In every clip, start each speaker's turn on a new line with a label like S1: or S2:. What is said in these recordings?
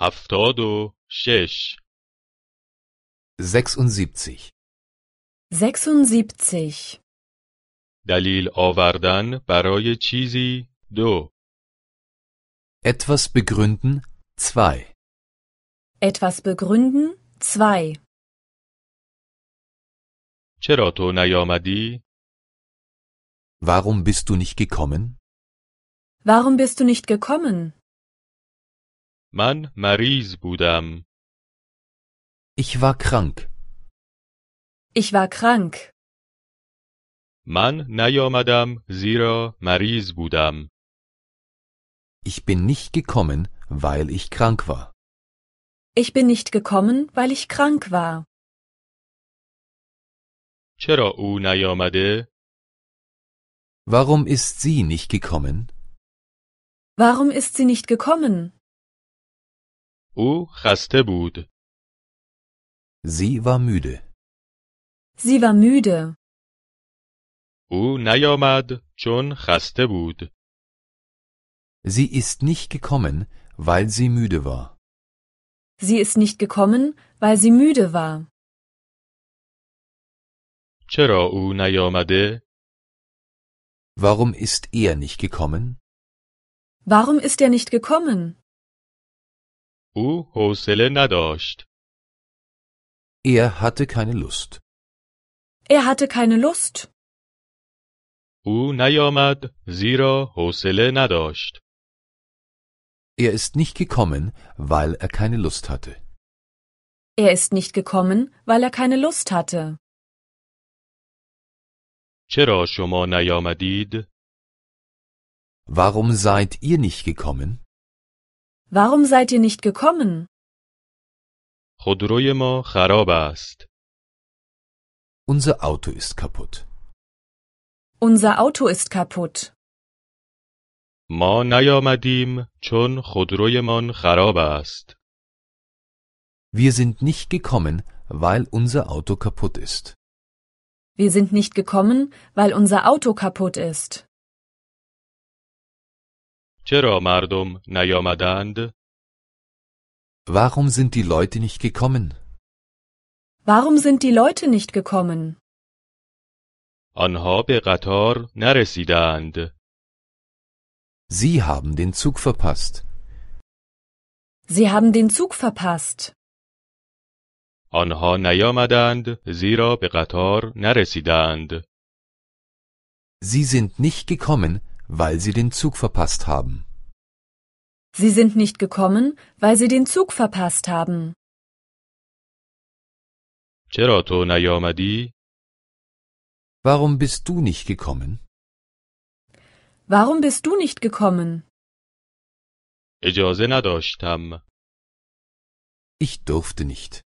S1: هفتاد و شش
S2: 76.
S3: 76.
S1: دلیل آوردن برای چیزی دو
S2: Etwas begründen 2.
S3: Etwas begründen 2.
S1: چرا تو نیامدی؟
S2: Warum bist du nicht gekommen?
S3: Warum bist du nicht gekommen?
S1: من مریض بودم
S2: Ich war krank.
S3: Ich war krank.
S1: من نیامدم زیرا مریض بودم
S2: Ich bin nicht gekommen, weil ich krank war.
S3: Ich bin nicht gekommen, weil ich krank war.
S1: چرا او نیامده؟
S2: Warum ist sie nicht gekommen?
S3: Warum ist sie nicht gekommen?
S1: او خسته بود
S2: Sie war müde.
S3: Sie war müde.
S1: او نیامد چون خسته بود
S2: Sie ist nicht gekommen, weil sie müde war.
S3: Sie ist nicht gekommen, weil sie müde war.
S1: چرا او نیامده؟
S2: Warum ist er nicht gekommen?
S3: Warum ist er nicht gekommen?
S1: او حوصله نداشت
S2: Er hatte keine Lust.
S3: Er hatte keine Lust.
S1: او نیامد زیرا حوصله نداشت
S2: Er ist nicht gekommen, weil er keine Lust hatte.
S3: Er ist nicht gekommen, weil er keine Lust hatte.
S1: چرا شما نیامدید؟
S2: Warum seid ihr nicht gekommen?
S3: Warum seid ihr nicht gekommen?
S1: خودروی ما خراب است
S2: Unser Auto ist kaputt.
S3: Unser Auto ist kaputt.
S1: ما نیامدیم چون خودرویمان خراب است
S2: Wir sind nicht gekommen, weil unser Auto kaputt ist.
S3: Wir sind nicht gekommen, weil unser Auto kaputt ist.
S1: چرا مردم نیامدند؟
S2: Warum sind die Leute nicht gekommen?
S3: Warum sind die Leute nicht gekommen?
S1: آنها به قطار نرسیدند.
S2: Sie haben den Zug verpasst.
S3: Sie haben den Zug verpasst.
S1: آنها نیامدند زیرا به قطار نرسیدند.
S2: Sie sind nicht gekommen, weil sie den Zug verpasst haben.
S3: Sie sind nicht gekommen, weil sie den Zug verpasst haben.
S1: چرا تو نیامدی؟
S2: Warum bist du nicht gekommen?
S3: Warum bist du nicht gekommen?
S1: اجازه نداشتم.
S2: Ich durfte nicht.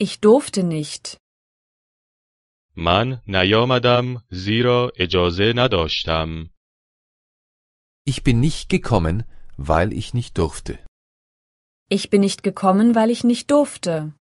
S3: Ich durfte nicht.
S1: من نیامدم زیرا اجازه نداشتم.
S2: Ich bin nicht gekommen, weil ich nicht durfte.
S3: Ich bin nicht gekommen, weil ich nicht durfte.